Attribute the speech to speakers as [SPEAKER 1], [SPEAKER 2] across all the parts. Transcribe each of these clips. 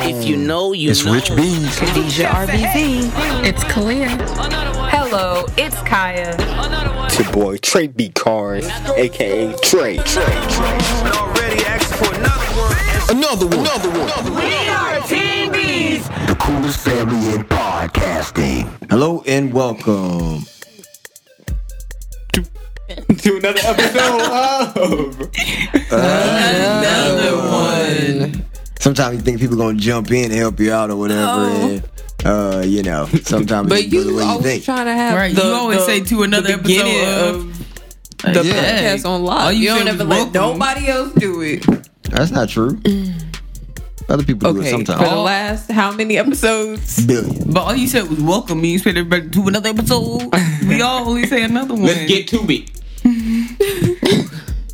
[SPEAKER 1] If you know, you
[SPEAKER 2] It's
[SPEAKER 1] know.
[SPEAKER 2] Rich Beans.
[SPEAKER 3] Khadija RBZ. It's Kalia.
[SPEAKER 4] Hello, it's Kaya.
[SPEAKER 5] It's your boy Trey B. Carnes, aka Trey. Trey.
[SPEAKER 6] Already asked for another one.
[SPEAKER 2] Another one. Another one.
[SPEAKER 7] The coolest family in podcasting.
[SPEAKER 2] Hello and welcome.
[SPEAKER 5] To another episode of
[SPEAKER 2] Sometimes you think people gonna jump in and help you out or whatever, and uh, you know, sometimes
[SPEAKER 8] But
[SPEAKER 2] it's the
[SPEAKER 8] you
[SPEAKER 2] way you
[SPEAKER 8] always
[SPEAKER 2] think.
[SPEAKER 8] trying to have
[SPEAKER 3] Right,
[SPEAKER 8] the,
[SPEAKER 3] you always
[SPEAKER 8] the-
[SPEAKER 3] say to another
[SPEAKER 8] the beginning
[SPEAKER 3] episode uh,
[SPEAKER 8] of the
[SPEAKER 3] yeah.
[SPEAKER 8] podcast on lock.
[SPEAKER 3] All you
[SPEAKER 8] You,
[SPEAKER 3] said
[SPEAKER 8] don't ever
[SPEAKER 3] was
[SPEAKER 8] let
[SPEAKER 3] welcome.
[SPEAKER 8] nobody else do it.
[SPEAKER 2] That's not true. Other people do it
[SPEAKER 8] Mm. Okay, for
[SPEAKER 2] sometimes.
[SPEAKER 8] the last how many episodes?
[SPEAKER 2] Billion.
[SPEAKER 3] But all you said was welcome me. You said everybody to another episode. we always say another one.
[SPEAKER 6] Let's get to it.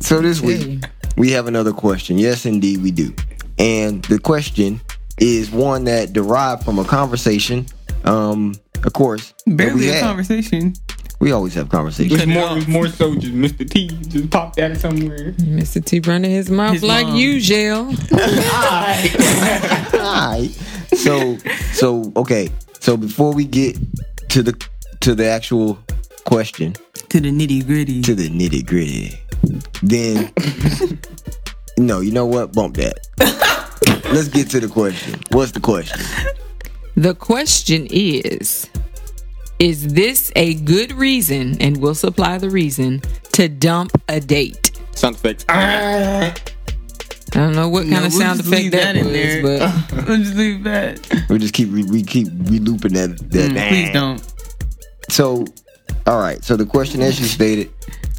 [SPEAKER 2] So this week we have another question. Yes, indeed, we do. And the question is one that derived from a conversation. Um, of course, that we
[SPEAKER 3] barely a
[SPEAKER 2] had.
[SPEAKER 3] conversation.
[SPEAKER 2] We always have conversations.
[SPEAKER 5] It's more, it's more so just Mr. T just popped out of somewhere.
[SPEAKER 8] Mr. T running his mouth
[SPEAKER 3] His
[SPEAKER 8] like
[SPEAKER 3] mom.
[SPEAKER 8] usual.
[SPEAKER 2] Alright. So so okay. So before we get to the to the actual question,
[SPEAKER 3] To the nitty gritty.
[SPEAKER 2] to the nitty gritty, then no, you know what? Bump that. Let's get to the question. What's the question?
[SPEAKER 8] The question is Is this a good reason, and we'll supply the reason, to dump a date?
[SPEAKER 5] Sound effects. Ah,
[SPEAKER 8] I don't know what kind
[SPEAKER 3] No,
[SPEAKER 8] of
[SPEAKER 3] we'll
[SPEAKER 8] sound
[SPEAKER 3] just
[SPEAKER 8] effect
[SPEAKER 3] leave
[SPEAKER 8] that,
[SPEAKER 3] that in
[SPEAKER 8] was,
[SPEAKER 3] there.
[SPEAKER 8] but
[SPEAKER 3] Let's just leave that.
[SPEAKER 2] We just keep re- we keep relooping that
[SPEAKER 8] Mm.
[SPEAKER 2] that.
[SPEAKER 3] Please don't.
[SPEAKER 2] So, all right. So the question, as you stated,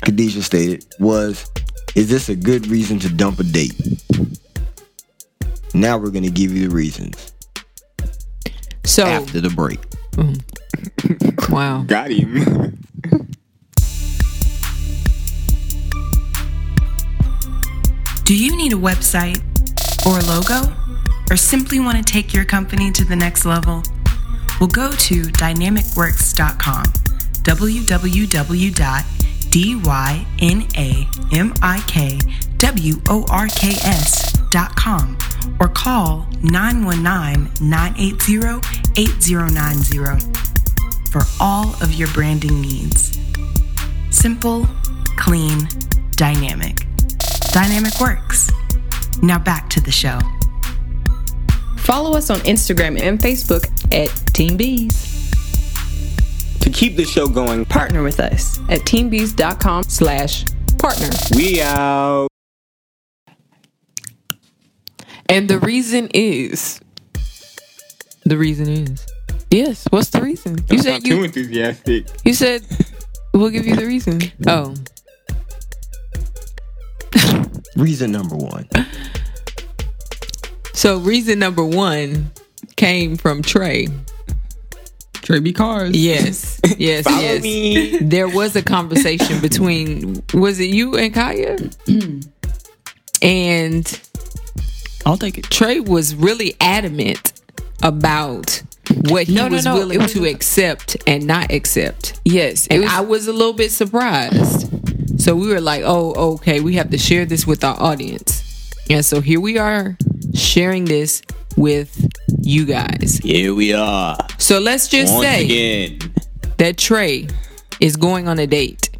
[SPEAKER 2] Khadijah stated, was, "Is this a good reason to dump a date?" Now we're gonna give you the reasons
[SPEAKER 8] so
[SPEAKER 2] after the break.
[SPEAKER 8] wow.
[SPEAKER 5] Got him.
[SPEAKER 9] Do you need a website or a logo or simply want to take your company to the next level? Well, go to dynamicworks.com, www.dynamicworks.com, or call 919 980 8090 for all of your branding needs. Simple, clean, dynamic. Dynamic Works. Now back to the show.
[SPEAKER 4] Follow us on Instagram and Facebook.
[SPEAKER 8] At Team Bees,
[SPEAKER 5] to keep the show going,
[SPEAKER 4] Partner with us at teambees.com.
[SPEAKER 8] slash partner.
[SPEAKER 5] we out.
[SPEAKER 8] And the reason is. The reason is. Yes, what's the reason? You
[SPEAKER 5] Not
[SPEAKER 8] said
[SPEAKER 5] too
[SPEAKER 8] you
[SPEAKER 5] enthusiastic.
[SPEAKER 8] you said we'll give you the reason. Oh.
[SPEAKER 2] Reason number one.
[SPEAKER 8] So reason number 1 came from Trey.
[SPEAKER 3] Trey B. Cars.
[SPEAKER 8] Yes. Yes, yes.
[SPEAKER 5] Me.
[SPEAKER 8] there was a conversation between was it you and Kaya? and
[SPEAKER 3] I'll take it.
[SPEAKER 8] Trey was really adamant about what he
[SPEAKER 4] No, no,
[SPEAKER 8] was
[SPEAKER 4] no,
[SPEAKER 8] willing
[SPEAKER 4] it was-
[SPEAKER 8] to accept and not accept.
[SPEAKER 4] Yes, it
[SPEAKER 8] And
[SPEAKER 4] was
[SPEAKER 8] I was a little bit surprised. So we were like, oh, okay, we have to share this with our audience. And so here we are sharing this with you guys.
[SPEAKER 6] Here we are.
[SPEAKER 8] So let's just
[SPEAKER 6] Once
[SPEAKER 8] say
[SPEAKER 6] again.
[SPEAKER 8] that Trey is going on a date.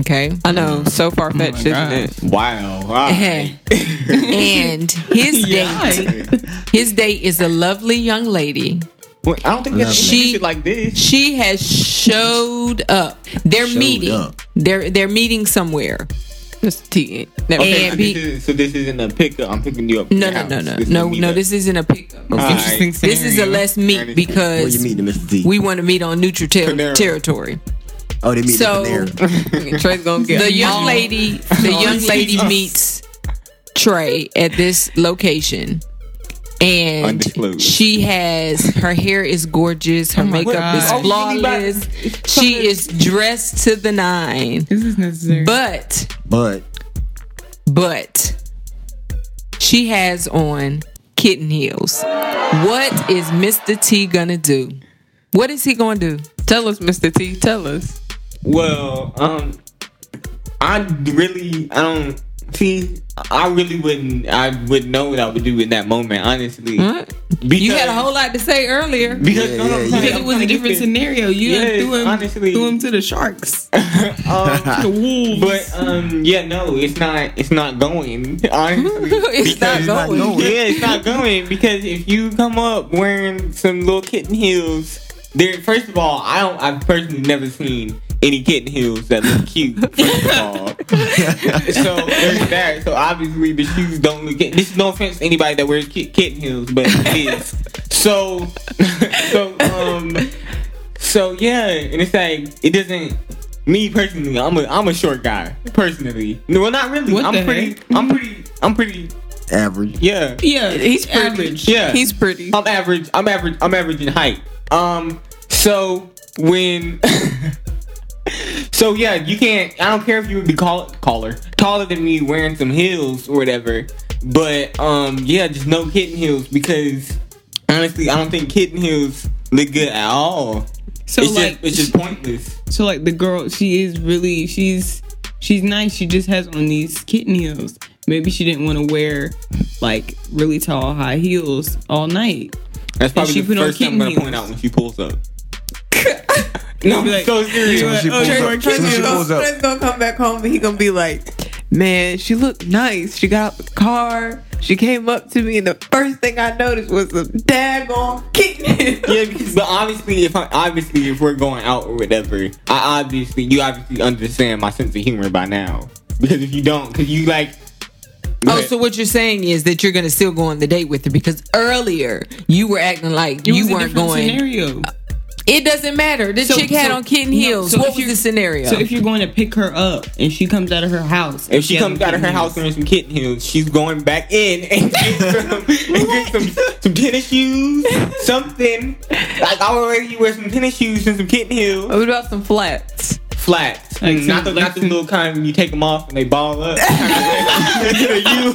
[SPEAKER 8] Okay.
[SPEAKER 3] I know. So far
[SPEAKER 6] Oh
[SPEAKER 3] fetched, isn't it?
[SPEAKER 5] Wow. All right.
[SPEAKER 8] and his date,
[SPEAKER 3] Yeah.
[SPEAKER 8] his date is a lovely young lady.
[SPEAKER 5] Well, I don't think that's
[SPEAKER 8] She-
[SPEAKER 5] she, like this.
[SPEAKER 8] She has showed up. They're
[SPEAKER 2] Showed
[SPEAKER 8] meeting.
[SPEAKER 2] up.
[SPEAKER 8] They're they're meeting somewhere.
[SPEAKER 3] Just T.
[SPEAKER 5] Okay,
[SPEAKER 8] and
[SPEAKER 5] so,
[SPEAKER 8] be-
[SPEAKER 5] this is, so this isn't a pickup. I'm picking you up.
[SPEAKER 8] No,
[SPEAKER 5] from the
[SPEAKER 8] no, no,
[SPEAKER 5] house.
[SPEAKER 8] no,
[SPEAKER 5] is
[SPEAKER 8] no,
[SPEAKER 5] me
[SPEAKER 8] no.
[SPEAKER 5] that-
[SPEAKER 8] This isn't a pickup.
[SPEAKER 5] All right.
[SPEAKER 3] Interesting
[SPEAKER 8] This is a
[SPEAKER 3] scenario.
[SPEAKER 8] let's meet
[SPEAKER 2] Where you
[SPEAKER 8] because
[SPEAKER 2] meeting, Mr. D?
[SPEAKER 8] we want to meet on neutral ter-
[SPEAKER 5] Panera.
[SPEAKER 8] territory.
[SPEAKER 2] oh, they meet
[SPEAKER 8] So-
[SPEAKER 2] there.
[SPEAKER 8] Trey's gonna get the young lady. The young lady meets Trey at this location, and
[SPEAKER 5] Undisclosed.
[SPEAKER 8] she has her hair is gorgeous, her makeup is
[SPEAKER 3] Oh God.
[SPEAKER 8] flawless, she is dressed to the nine.
[SPEAKER 3] This is necessary.
[SPEAKER 8] But
[SPEAKER 2] But
[SPEAKER 8] but she has on kitten heels. What is Mr. T gonna do? What is he gonna do?
[SPEAKER 3] tell us, Mr. T. Tell us.
[SPEAKER 5] Well, um, I really, I don't.
[SPEAKER 6] See, I really wouldn't. I wouldn't know what I would do in that moment, honestly.
[SPEAKER 8] Huh? Hmm? you had a whole lot to say earlier.
[SPEAKER 6] Because
[SPEAKER 2] Yeah,
[SPEAKER 6] no, no,
[SPEAKER 2] yeah,
[SPEAKER 6] I'm
[SPEAKER 2] yeah.
[SPEAKER 6] saying-
[SPEAKER 3] It was a different scenario. You done
[SPEAKER 6] Yes,
[SPEAKER 3] threw him,
[SPEAKER 6] honestly.
[SPEAKER 3] threw him to the sharks,
[SPEAKER 6] Um,
[SPEAKER 3] the wolves.
[SPEAKER 6] but um, yeah, no, it's not. It's not going. Honestly,
[SPEAKER 8] it's not
[SPEAKER 2] Because-
[SPEAKER 8] going.
[SPEAKER 6] yeah, it's not going because if you come up wearing some little kitten heels, there. First of all, I don't. I've personally never seen any kitten heels that look cute. First of all, so there's that. So obviously the shoes don't look. This is no offense to anybody that wears ki- kitten heels, but it is. So, so um, so yeah, and it's like it doesn't. Me personally, I'm a I'm a short guy personally. No, well, not really.
[SPEAKER 3] What
[SPEAKER 6] I'm
[SPEAKER 3] the
[SPEAKER 6] pretty.
[SPEAKER 3] heck?
[SPEAKER 6] I'm pretty. I'm pretty.
[SPEAKER 2] Average.
[SPEAKER 6] Yeah.
[SPEAKER 3] yeah,
[SPEAKER 8] He's pretty.
[SPEAKER 3] average.
[SPEAKER 6] Yeah.
[SPEAKER 8] He's pretty.
[SPEAKER 6] I'm average. I'm average. I'm average in height. Um. So when. so yeah, you can't. I don't care if you would be call caller taller than me, wearing some heels or whatever. But um, yeah, just no kitten heels because honestly, I don't think kitten heels look good at all.
[SPEAKER 3] So
[SPEAKER 6] it's
[SPEAKER 3] like,
[SPEAKER 6] just, it's just pointless.
[SPEAKER 3] so like the girl, she is really she's she's nice. She just has on these kitten heels. Maybe she didn't want to wear like really tall high heels all night.
[SPEAKER 6] That's probably
[SPEAKER 3] she
[SPEAKER 6] the
[SPEAKER 3] put on
[SPEAKER 6] first thing I'm
[SPEAKER 3] kitten
[SPEAKER 6] gonna point
[SPEAKER 3] heels.
[SPEAKER 6] out when she pulls up. no,
[SPEAKER 3] You'll be
[SPEAKER 6] I'm
[SPEAKER 3] like, "Oh,
[SPEAKER 6] so serious.
[SPEAKER 2] So when she pulls up- so when she pulls up.
[SPEAKER 8] Trent's gonna come back home and he gonna be like, "Man, she looked nice. She got out the car. She came up to me, and the first thing I noticed was some daggone kitten."
[SPEAKER 6] yeah, because, but obviously, if I, obviously if we're going out or whatever, I obviously you obviously understand my sense of humor by now. Because if you don't, because you like,
[SPEAKER 8] Oh, so what you're saying is that you're gonna still go on the date with her because earlier you were acting like
[SPEAKER 3] It
[SPEAKER 8] you
[SPEAKER 3] was a
[SPEAKER 8] weren't
[SPEAKER 3] different
[SPEAKER 8] going.
[SPEAKER 3] Scenario.
[SPEAKER 8] It doesn't matter. This
[SPEAKER 3] So-
[SPEAKER 8] chick had
[SPEAKER 3] so-
[SPEAKER 8] on kitten
[SPEAKER 3] no,
[SPEAKER 8] heels.
[SPEAKER 3] so
[SPEAKER 8] what
[SPEAKER 3] if
[SPEAKER 8] was
[SPEAKER 3] you-
[SPEAKER 8] the scenario?
[SPEAKER 3] So if you're going to pick her up and she comes out of her house,
[SPEAKER 6] if she
[SPEAKER 3] has
[SPEAKER 6] comes
[SPEAKER 3] on
[SPEAKER 6] out of her
[SPEAKER 3] kitten
[SPEAKER 6] house wearing some kitten heels, she's going back in and get some, and get some, some tennis shoes, something. Like I already wear some tennis shoes and some kitten heels,
[SPEAKER 8] what about some flats?
[SPEAKER 6] flat.
[SPEAKER 3] Like some-
[SPEAKER 6] not the not the
[SPEAKER 3] like-
[SPEAKER 6] little kind you take them off and they ball up. you.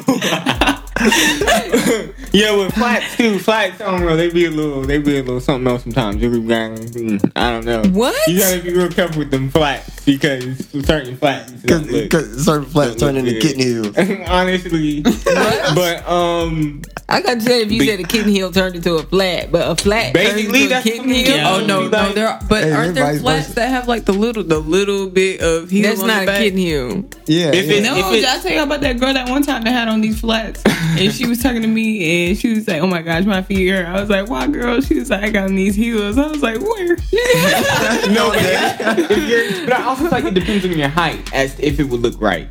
[SPEAKER 6] yeah, with flats too. Flats, I don't know. They be a little, they be a little something else sometimes. You be gotta- mm, I don't know.
[SPEAKER 8] What?
[SPEAKER 6] You gotta be real careful with them flats because certain flats. don't look-
[SPEAKER 2] Because certain flats
[SPEAKER 6] don't
[SPEAKER 2] turn
[SPEAKER 6] look
[SPEAKER 2] into
[SPEAKER 6] good.
[SPEAKER 2] kitten heels.
[SPEAKER 6] Honestly, but um,
[SPEAKER 8] I got to say, if you
[SPEAKER 6] Be-
[SPEAKER 8] said a kitten heel turned into a flat, but a flat
[SPEAKER 6] Basically,
[SPEAKER 8] turned into a
[SPEAKER 6] that's
[SPEAKER 8] kitten
[SPEAKER 6] what I'm
[SPEAKER 8] heel.
[SPEAKER 6] saying.
[SPEAKER 1] Oh no, no, there. Are, but
[SPEAKER 2] Hey,
[SPEAKER 1] aren't there
[SPEAKER 2] everybody's
[SPEAKER 1] flats
[SPEAKER 2] version.
[SPEAKER 1] that have like the little, the little bit of heel
[SPEAKER 8] That's
[SPEAKER 1] on
[SPEAKER 8] not
[SPEAKER 1] the
[SPEAKER 8] a
[SPEAKER 1] back?
[SPEAKER 8] kitten heel.
[SPEAKER 2] Yeah.
[SPEAKER 6] If
[SPEAKER 2] yeah.
[SPEAKER 6] it-
[SPEAKER 3] No,
[SPEAKER 6] If
[SPEAKER 3] Oh, did I tell you about that girl that one time that had on these flats? and she was talking to me and she was like, Oh my gosh, my feet hurt. I was like, Why girl? She was like, I got on these heels. I was like, Where?
[SPEAKER 6] no, but, if you're, but I also feel like it depends on your height as to if it would look right.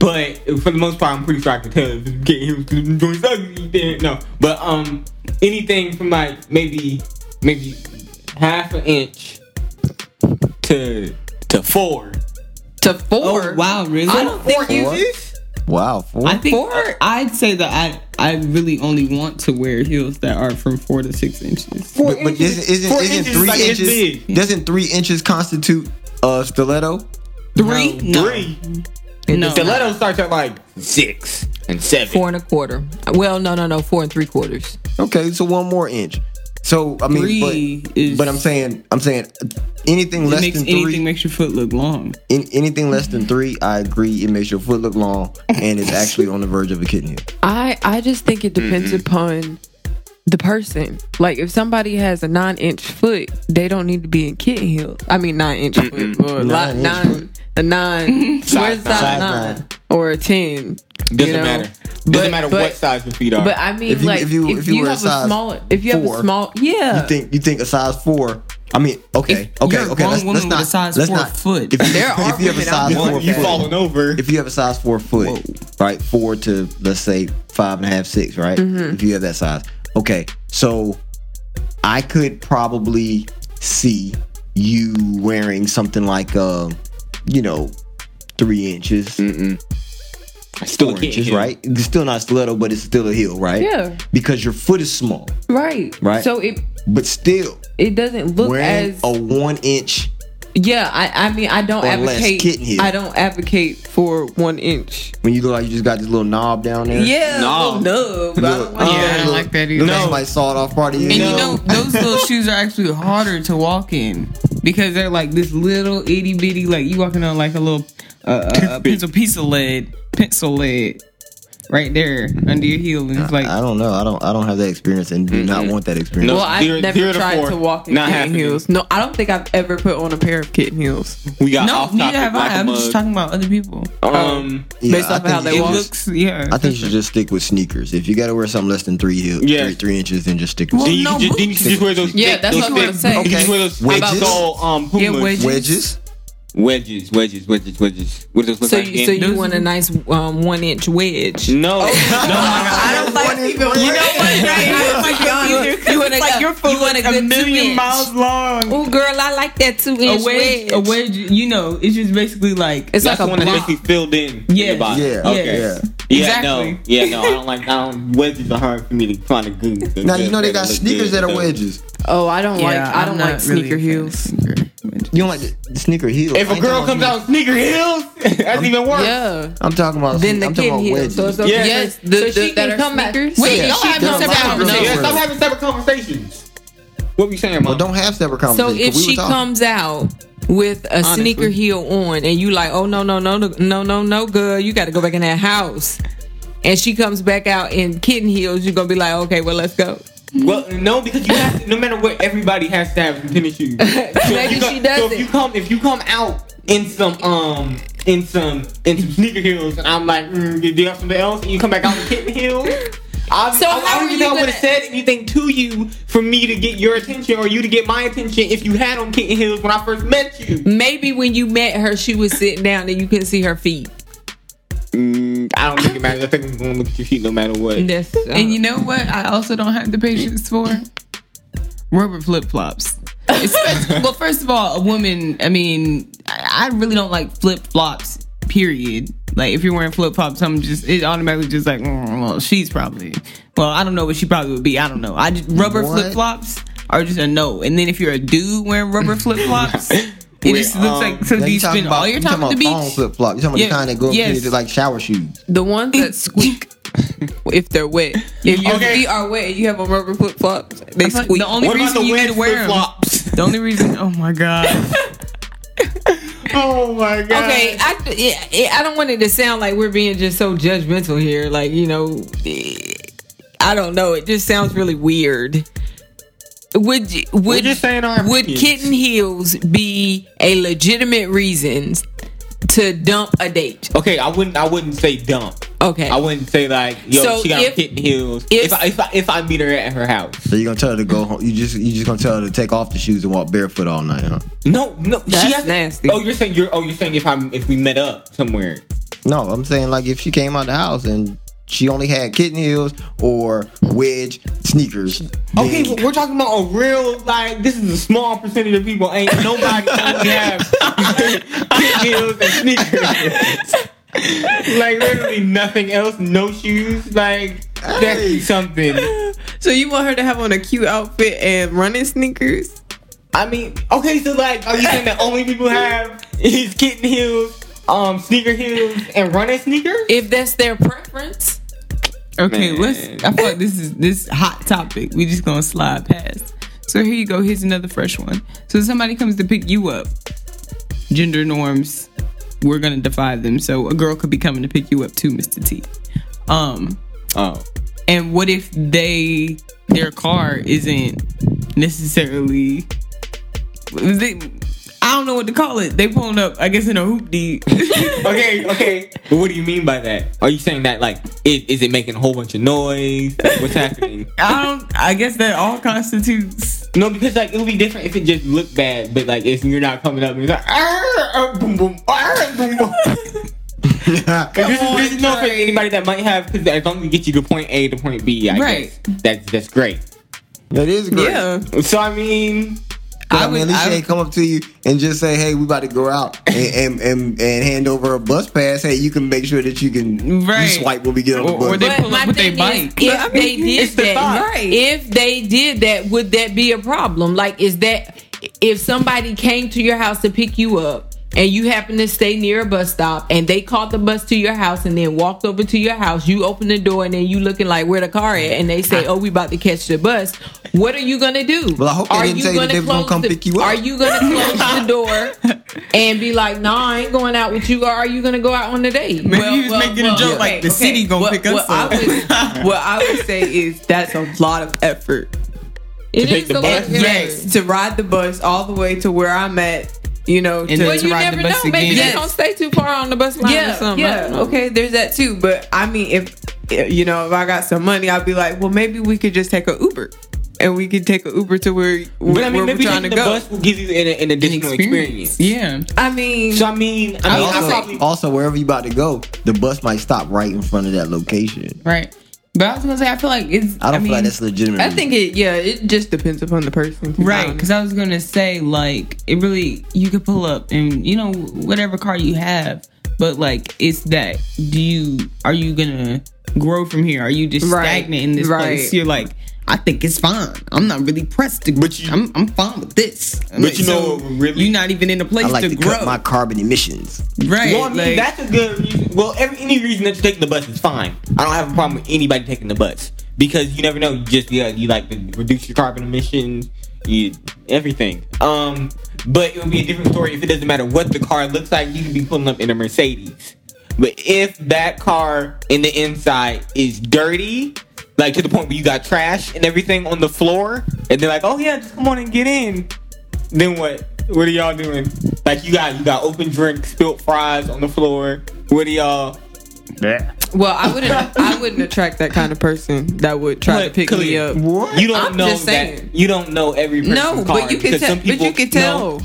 [SPEAKER 6] But for the most part, I'm pretty sure I can tell if it's getting him to the joints ugly. then No, but um, anything from like maybe maybe half an inch to to four.
[SPEAKER 8] To four.
[SPEAKER 3] Oh wow, really?
[SPEAKER 8] I don't think you.
[SPEAKER 6] inches?
[SPEAKER 2] Wow. Four?
[SPEAKER 3] I think
[SPEAKER 8] Four?
[SPEAKER 3] I'd say that I I really only want to wear heels that are from four to six inches.
[SPEAKER 6] Four
[SPEAKER 2] But isn't, isn't,
[SPEAKER 6] Four
[SPEAKER 2] isn't
[SPEAKER 6] inches is
[SPEAKER 2] three
[SPEAKER 6] like this
[SPEAKER 2] inches?
[SPEAKER 6] big.
[SPEAKER 2] Doesn't three inches constitute uh, stiletto?
[SPEAKER 3] Three? No.
[SPEAKER 6] Three.
[SPEAKER 3] No.
[SPEAKER 6] Stiletto starts at like six and seven.
[SPEAKER 8] Four and a quarter. Well, no, no, no. Four and three quarters.
[SPEAKER 2] Okay, so one more inch. So I mean,
[SPEAKER 3] Three
[SPEAKER 2] but,
[SPEAKER 3] is-
[SPEAKER 2] but I'm saying I'm saying anything
[SPEAKER 3] It
[SPEAKER 2] less
[SPEAKER 3] makes
[SPEAKER 2] than
[SPEAKER 3] anything
[SPEAKER 2] three.
[SPEAKER 3] makes your foot look long.
[SPEAKER 2] an- anything less than three, I agree. It makes your foot look long, and it's actually on the verge of a kitten heel.
[SPEAKER 1] I I just think it depends upon the person. Like if somebody has a nine inch foot, they don't need to be in kitten heels. I mean nine inch foot or nine,
[SPEAKER 2] Nine-inch
[SPEAKER 1] nine
[SPEAKER 2] foot.
[SPEAKER 1] a nine
[SPEAKER 6] Size nine.
[SPEAKER 2] nine.
[SPEAKER 1] size nine or a ten.
[SPEAKER 6] Doesn't
[SPEAKER 1] you know?
[SPEAKER 6] matter. Doesn't
[SPEAKER 1] But-
[SPEAKER 6] matter
[SPEAKER 1] but-
[SPEAKER 6] what size your feet are.
[SPEAKER 1] But I mean,
[SPEAKER 2] If you-
[SPEAKER 1] like
[SPEAKER 2] if
[SPEAKER 1] if
[SPEAKER 2] you-
[SPEAKER 1] you,
[SPEAKER 2] if you were a
[SPEAKER 1] have a
[SPEAKER 2] size
[SPEAKER 1] small, if you have
[SPEAKER 2] four,
[SPEAKER 1] a small, yeah,
[SPEAKER 2] You think you think a size four? I mean, okay,
[SPEAKER 3] Uh. If
[SPEAKER 2] okay,
[SPEAKER 3] you're a
[SPEAKER 2] okay.
[SPEAKER 3] grown
[SPEAKER 2] Let's,
[SPEAKER 3] woman
[SPEAKER 2] let's
[SPEAKER 3] with
[SPEAKER 2] not
[SPEAKER 3] a size
[SPEAKER 2] let's
[SPEAKER 3] four
[SPEAKER 2] not,
[SPEAKER 3] foot.
[SPEAKER 2] If you,
[SPEAKER 1] There are
[SPEAKER 2] if you have a
[SPEAKER 1] women out
[SPEAKER 2] size
[SPEAKER 1] there
[SPEAKER 2] four
[SPEAKER 6] you
[SPEAKER 2] foot,
[SPEAKER 6] falling over.
[SPEAKER 2] if you have a size four foot, right, four to let's say five and a half, six, right?
[SPEAKER 1] Mm-hmm.
[SPEAKER 2] If you have that size, okay. So I could probably see you wearing something like, uh, you know, three inches,
[SPEAKER 6] still
[SPEAKER 2] four
[SPEAKER 6] a kitten
[SPEAKER 2] inches,
[SPEAKER 6] heel.
[SPEAKER 2] right? It's still not stiletto, but it's still a heel, right?
[SPEAKER 1] Yeah.
[SPEAKER 2] Because your foot is small,
[SPEAKER 1] right,
[SPEAKER 2] Right.
[SPEAKER 1] So it
[SPEAKER 2] but still
[SPEAKER 1] it doesn't look
[SPEAKER 2] wearing
[SPEAKER 1] as
[SPEAKER 2] a one inch.
[SPEAKER 1] yeah. I I mean, I don't
[SPEAKER 2] Or less
[SPEAKER 1] advocate.
[SPEAKER 2] kitten heel.
[SPEAKER 1] I don't advocate for one inch.
[SPEAKER 2] When you look like you just got this little knob down there.
[SPEAKER 1] Yeah,
[SPEAKER 6] No.
[SPEAKER 1] no, no. But I don't like
[SPEAKER 3] Yeah, I don't like that either.
[SPEAKER 2] No, my sawed off party.
[SPEAKER 3] And
[SPEAKER 2] No.
[SPEAKER 3] you know, those little shoes are actually harder to walk in because they're like this little itty bitty, like you walking on like a little
[SPEAKER 10] a, a pencil piece of lead, pencil lead, right there under your heel, and it's like
[SPEAKER 2] I don't know. I don't. I don't have that experience, and do not want that experience.
[SPEAKER 6] No.
[SPEAKER 1] Well, I've
[SPEAKER 6] Zero-
[SPEAKER 1] never
[SPEAKER 6] zero to
[SPEAKER 1] tried
[SPEAKER 6] four.
[SPEAKER 1] to, walk in
[SPEAKER 6] Not
[SPEAKER 1] kitten
[SPEAKER 6] happening.
[SPEAKER 1] heels. No, I don't think I've ever put on a pair of kitten heels.
[SPEAKER 6] We got
[SPEAKER 10] no,
[SPEAKER 6] off
[SPEAKER 10] neither
[SPEAKER 6] topic
[SPEAKER 10] have
[SPEAKER 6] like
[SPEAKER 10] I.
[SPEAKER 6] a
[SPEAKER 10] I'm just
[SPEAKER 6] mug.
[SPEAKER 10] talking about other people.
[SPEAKER 6] Um,
[SPEAKER 2] Yeah,
[SPEAKER 1] Based
[SPEAKER 2] I
[SPEAKER 1] off of how
[SPEAKER 2] think
[SPEAKER 1] they
[SPEAKER 2] you
[SPEAKER 10] It
[SPEAKER 1] walk.
[SPEAKER 2] just-
[SPEAKER 10] looks, yeah.
[SPEAKER 2] I think you should just stick with sneakers. If you got to wear something less than three heel,
[SPEAKER 6] Yeah.
[SPEAKER 2] three, three inches, then just stick with
[SPEAKER 10] Well,
[SPEAKER 6] then you,
[SPEAKER 2] sneakers.
[SPEAKER 10] no
[SPEAKER 6] can just, then you can just wear those.
[SPEAKER 1] Yeah,
[SPEAKER 6] thick-
[SPEAKER 1] that's what
[SPEAKER 6] those
[SPEAKER 1] I was
[SPEAKER 6] thick-
[SPEAKER 1] gonna say.
[SPEAKER 6] You can just wear those thick
[SPEAKER 2] Wedges?
[SPEAKER 6] sole, um,
[SPEAKER 1] Yeah,
[SPEAKER 6] Pumas.
[SPEAKER 1] wedges.
[SPEAKER 2] Wedges.
[SPEAKER 6] wedges, wedges, wedges, wedges. What are those look
[SPEAKER 8] So
[SPEAKER 6] like?
[SPEAKER 8] you, so
[SPEAKER 6] Hand-
[SPEAKER 8] you want a nice um, one inch wedge?
[SPEAKER 6] no,
[SPEAKER 2] Oh.
[SPEAKER 6] no,
[SPEAKER 1] I don't like people.
[SPEAKER 10] You know what?
[SPEAKER 8] You want a,
[SPEAKER 10] like your foot
[SPEAKER 8] you want a
[SPEAKER 10] a
[SPEAKER 8] good two
[SPEAKER 10] million
[SPEAKER 8] inch.
[SPEAKER 10] miles long.
[SPEAKER 8] Oh, girl, I like that two
[SPEAKER 10] A
[SPEAKER 8] inch
[SPEAKER 10] wedge,
[SPEAKER 8] wedge.
[SPEAKER 10] a wedge. You know, it's just basically like
[SPEAKER 1] It's like
[SPEAKER 6] that's the
[SPEAKER 1] a
[SPEAKER 6] one that
[SPEAKER 1] block.
[SPEAKER 6] makes you filled in. in
[SPEAKER 10] Yes.
[SPEAKER 6] the bottom.
[SPEAKER 2] Yeah.
[SPEAKER 6] uh, Okay.
[SPEAKER 2] Yeah.
[SPEAKER 6] Yeah,
[SPEAKER 10] Exactly.
[SPEAKER 6] no, yeah, no. I don't like. I don't. Wedges are hard for me to find a good.
[SPEAKER 2] Now you know they got sneakers that are wedges.
[SPEAKER 1] Oh, I don't like. I don't like sneaker heels.
[SPEAKER 2] You don't like the sneaker heel.
[SPEAKER 6] If a girl comes out with sneaker heels, that's even worse.
[SPEAKER 1] Yeah.
[SPEAKER 2] I'm talking about.
[SPEAKER 8] Then the
[SPEAKER 2] I'm talking
[SPEAKER 8] kid
[SPEAKER 2] about
[SPEAKER 8] heel.
[SPEAKER 2] wedges.
[SPEAKER 8] So it's okay.
[SPEAKER 6] Yeah.
[SPEAKER 1] Yes. The,
[SPEAKER 11] So
[SPEAKER 1] the,
[SPEAKER 11] she
[SPEAKER 1] that
[SPEAKER 11] can
[SPEAKER 1] are
[SPEAKER 11] come back-
[SPEAKER 1] sneakers.
[SPEAKER 8] Wait,
[SPEAKER 2] Yeah,
[SPEAKER 8] y'all
[SPEAKER 2] she
[SPEAKER 8] having
[SPEAKER 2] done
[SPEAKER 8] separate
[SPEAKER 2] like those.
[SPEAKER 6] Yeah,
[SPEAKER 8] conversations.
[SPEAKER 6] stop having separate conversations. What we saying,
[SPEAKER 2] Well,
[SPEAKER 6] mom?
[SPEAKER 2] don't have separate
[SPEAKER 8] So
[SPEAKER 2] conversations.
[SPEAKER 8] if
[SPEAKER 2] 'cause we
[SPEAKER 8] she
[SPEAKER 2] were talking.
[SPEAKER 8] comes out with a sneaker heel on and you like, oh no, no, no, no, no, no, no, girl, you gotta go back in that house. And she comes back out in kitten heels, you're gonna be like, okay, well let's go.
[SPEAKER 6] Well, no, because you have to, no matter what, everybody has to have some tennis shoes. So if
[SPEAKER 8] Maybe
[SPEAKER 6] you go-
[SPEAKER 8] she
[SPEAKER 6] So if
[SPEAKER 8] doesn't.
[SPEAKER 6] you come, if you come out in some um in some in some sneaker heels, and I'm like, mm, do you have something else? And you come back out in kitten heels. I,
[SPEAKER 8] So
[SPEAKER 6] I,
[SPEAKER 8] how
[SPEAKER 6] I
[SPEAKER 8] are
[SPEAKER 6] don't
[SPEAKER 8] you
[SPEAKER 6] even know what
[SPEAKER 8] gonna-
[SPEAKER 6] it said anything to you for me to get your attention or you to get my attention if you had on kitten heels when I first met you.
[SPEAKER 8] Maybe when you met her, she was sitting down and you couldn't see her feet.
[SPEAKER 6] Mm, I don't think it matters. I think I'm gonna look at your feet no matter what.
[SPEAKER 8] That's, uh,
[SPEAKER 10] And you know what? I also don't have the patience for rubber flip flops. well, first of all, a woman. I mean, I, I really don't like flip flops. Period. Like if you're wearing flip flops, I'm just it automatically just like mm, well, she's probably well, I don't know what she probably would be. I don't know. I just rubber
[SPEAKER 2] What?
[SPEAKER 10] flip flops are just a no. And then if you're a dude wearing rubber flip flops, it just looks
[SPEAKER 6] um,
[SPEAKER 10] like so.
[SPEAKER 2] Now
[SPEAKER 10] Do
[SPEAKER 2] you
[SPEAKER 10] you
[SPEAKER 2] talking
[SPEAKER 10] spend all your
[SPEAKER 2] you
[SPEAKER 10] time at the
[SPEAKER 2] talking about
[SPEAKER 10] beach?
[SPEAKER 2] flip flop. You talking about the
[SPEAKER 10] Yeah.
[SPEAKER 2] kind that go up
[SPEAKER 10] Yes.
[SPEAKER 2] to like shower shoes?
[SPEAKER 1] The ones that squeak if they're wet. If your
[SPEAKER 6] Okay.
[SPEAKER 1] feet are wet and you have on rubber flip flops, they
[SPEAKER 10] It's like
[SPEAKER 1] squeak.
[SPEAKER 10] the only
[SPEAKER 6] What about
[SPEAKER 10] reason
[SPEAKER 6] the
[SPEAKER 10] you had
[SPEAKER 6] wedge
[SPEAKER 10] to wear
[SPEAKER 6] flip
[SPEAKER 10] 'em-
[SPEAKER 6] flops?
[SPEAKER 10] The only reason. Oh my god.
[SPEAKER 6] Oh my god.
[SPEAKER 8] Okay, I yeah, yeah, I don't want it to sound like we're being just so judgmental here. Like you know, eh, I don't know. It just sounds really weird. Would y- would
[SPEAKER 6] just saying our
[SPEAKER 8] would
[SPEAKER 6] opinions.
[SPEAKER 8] kitten heels be a legitimate reason to dump a date?
[SPEAKER 6] Okay, I wouldn't. I wouldn't say dump.
[SPEAKER 8] Okay,
[SPEAKER 6] I wouldn't say like, yo,
[SPEAKER 8] So
[SPEAKER 6] she got
[SPEAKER 8] if-
[SPEAKER 6] kitten heels.
[SPEAKER 8] if-
[SPEAKER 6] If I, if I if I meet her at her house,
[SPEAKER 2] So you gonna tell her to go home? You just you just gonna tell her to take off the shoes and walk barefoot all night, huh?
[SPEAKER 6] no, no, she
[SPEAKER 8] That's
[SPEAKER 6] has
[SPEAKER 8] nasty.
[SPEAKER 6] Oh, you're saying you're. Oh, you're saying if I'm if we met up somewhere.
[SPEAKER 2] No, I'm saying like if she came out the house and she only had kitten heels or wedge sneakers.
[SPEAKER 6] Okay,
[SPEAKER 2] then-
[SPEAKER 6] but we're talking about a real like. This is a small percentage of people. Ain't nobody only have kitten heels and sneakers. like literally nothing else. No shoes. Like
[SPEAKER 2] Hey.
[SPEAKER 6] that's something.
[SPEAKER 1] so you want her to have on a cute outfit and running sneakers?
[SPEAKER 6] I mean, okay, so like, are you saying that only people have is kitten heels, um, sneaker heels, and running sneakers?
[SPEAKER 8] if that's their preference.
[SPEAKER 10] Okay,
[SPEAKER 6] Man.
[SPEAKER 10] let's. I feel like this is this hot topic. We just gonna slide past. So here you go. Here's another fresh one. So somebody comes to pick you up. Gender norms, we're gonna defy them. So a girl could be coming to pick you up too, Mr. T. Um,
[SPEAKER 6] Oh,
[SPEAKER 10] and what if they their car isn't necessarily? They, I don't know what to call it. They pulling up, I guess, in a hoopty.
[SPEAKER 6] okay, okay. But what do you mean by that? Are you saying that like it, is it making a whole bunch of noise? Like, what's happening?
[SPEAKER 10] I don't. I guess that all constitutes.
[SPEAKER 6] No, because like it would be different if it just looked bad, but like if you're not coming up and you're like, "Arr, uh, boom, boom, arr, boom, boom." This is, this is no for anybody that might have because as long as we get you to point A to point B, I
[SPEAKER 10] Right.
[SPEAKER 6] guess that's that's great.
[SPEAKER 2] that is great.
[SPEAKER 1] Yeah.
[SPEAKER 6] So I mean,
[SPEAKER 2] I,
[SPEAKER 10] I
[SPEAKER 2] mean,
[SPEAKER 10] would-
[SPEAKER 2] at least
[SPEAKER 10] I
[SPEAKER 2] she ain't come up to you and just say, "Hey, we about to go out," and and, and, and hand over a bus pass. Hey, you can make sure that you can
[SPEAKER 10] Right.
[SPEAKER 2] you swipe when we get on the
[SPEAKER 10] Or-
[SPEAKER 2] bus.
[SPEAKER 10] or they-
[SPEAKER 8] But
[SPEAKER 10] pull up
[SPEAKER 8] my
[SPEAKER 10] with
[SPEAKER 8] thing
[SPEAKER 10] their
[SPEAKER 8] is,
[SPEAKER 10] bike.
[SPEAKER 8] if they did
[SPEAKER 6] it's the
[SPEAKER 8] that,
[SPEAKER 6] thought.
[SPEAKER 1] Right.
[SPEAKER 8] if they did that, would that be a problem? Like, is that if somebody came to your house to pick you up and you happen to stay near a bus stop and they caught the bus to your house and then walked over to your house, you open the door and then you looking like where the car at and they say, Oh, we about to catch the bus, what are you gonna do?
[SPEAKER 2] Well, I hope they
[SPEAKER 8] are
[SPEAKER 2] didn't
[SPEAKER 8] you
[SPEAKER 2] say that
[SPEAKER 8] gonna
[SPEAKER 2] they was gonna
[SPEAKER 8] close
[SPEAKER 2] come
[SPEAKER 8] the-
[SPEAKER 2] pick you up.
[SPEAKER 8] Are you gonna close the door and be like, Nah, I ain't going out with you, or are you gonna go out on the date?
[SPEAKER 3] Maybe he was making a joke like the city gonna
[SPEAKER 6] pick us up.
[SPEAKER 3] I would, what I would say is that's a lot of effort.
[SPEAKER 8] It
[SPEAKER 6] take
[SPEAKER 8] is
[SPEAKER 6] the
[SPEAKER 8] a lot
[SPEAKER 6] bus?
[SPEAKER 8] of
[SPEAKER 3] Yes, to ride the bus all the way to where I'm at, you know, to,
[SPEAKER 8] Well,
[SPEAKER 3] to
[SPEAKER 8] you
[SPEAKER 3] ride
[SPEAKER 8] never
[SPEAKER 3] the
[SPEAKER 8] know.
[SPEAKER 3] bus
[SPEAKER 8] Maybe
[SPEAKER 3] again.
[SPEAKER 8] they don't stay too far on the bus line or
[SPEAKER 3] Yeah,
[SPEAKER 8] something. I don't
[SPEAKER 3] yeah.
[SPEAKER 8] know.
[SPEAKER 3] Okay, there's that too. But I mean, if you know, if I got some money, I'd be like, well, maybe we could just take a Uber, and we could take a Uber to where,
[SPEAKER 6] But I mean,
[SPEAKER 3] where we're
[SPEAKER 6] maybe
[SPEAKER 3] trying to
[SPEAKER 6] taking the
[SPEAKER 3] go.
[SPEAKER 6] bus will give you an, an additional experience.
[SPEAKER 3] Yeah. I mean,
[SPEAKER 6] So I mean, I mean, I
[SPEAKER 2] Also,
[SPEAKER 6] probably-
[SPEAKER 2] also, wherever you about to go, the bus might stop right in front of that location.
[SPEAKER 3] right. But I was gonna say, I feel like it's.
[SPEAKER 2] I don't feel like that's legitimate.
[SPEAKER 1] I think it, yeah, it just depends upon the person. to be
[SPEAKER 2] Um,
[SPEAKER 10] Right,
[SPEAKER 1] honest.
[SPEAKER 10] because I was gonna say like it really you could pull up and you know whatever car you have, but like it's that do you are you gonna grow from here? Are you just
[SPEAKER 1] Right,
[SPEAKER 10] stagnant in this
[SPEAKER 1] right.
[SPEAKER 10] place? You're like I think it's fine. I'm not really pressed to.
[SPEAKER 6] But you-
[SPEAKER 10] I'm I'm fine with this. I'm
[SPEAKER 6] But you know what would really-
[SPEAKER 10] you're not even in a place
[SPEAKER 2] I like
[SPEAKER 10] to,
[SPEAKER 2] to,
[SPEAKER 10] grow.
[SPEAKER 2] cut my carbon emissions.
[SPEAKER 10] right,
[SPEAKER 6] Well, I mean,
[SPEAKER 10] like-
[SPEAKER 6] that's a good reason. Well, every, any reason that you're taking the bus is fine. I don't have a problem with anybody taking the bus because you never know. You just yeah, you like to reduce your carbon emissions, you everything. Um, but it would be a different story if it doesn't matter what the car looks like. You could be pulling up in a Mercedes, but if that car in the inside is dirty. Like to the point where you got trash and everything on the floor, and they're like, "Oh yeah, just come on and get in." Then what? What are y'all doing? Like you got you got open drinks, spilt fries on the floor. What are y'all?
[SPEAKER 1] Well, I wouldn't. I wouldn't attract that kind of person that would try to
[SPEAKER 6] What?
[SPEAKER 1] pick me
[SPEAKER 6] Clear.
[SPEAKER 1] up.
[SPEAKER 6] What? You don't
[SPEAKER 1] I'm
[SPEAKER 6] know
[SPEAKER 1] just saying.
[SPEAKER 6] that. You don't know every person's
[SPEAKER 1] No,
[SPEAKER 6] car,
[SPEAKER 1] but you can
[SPEAKER 6] because
[SPEAKER 1] tell.
[SPEAKER 6] some
[SPEAKER 1] But you
[SPEAKER 6] people-
[SPEAKER 1] can tell.
[SPEAKER 6] No, no.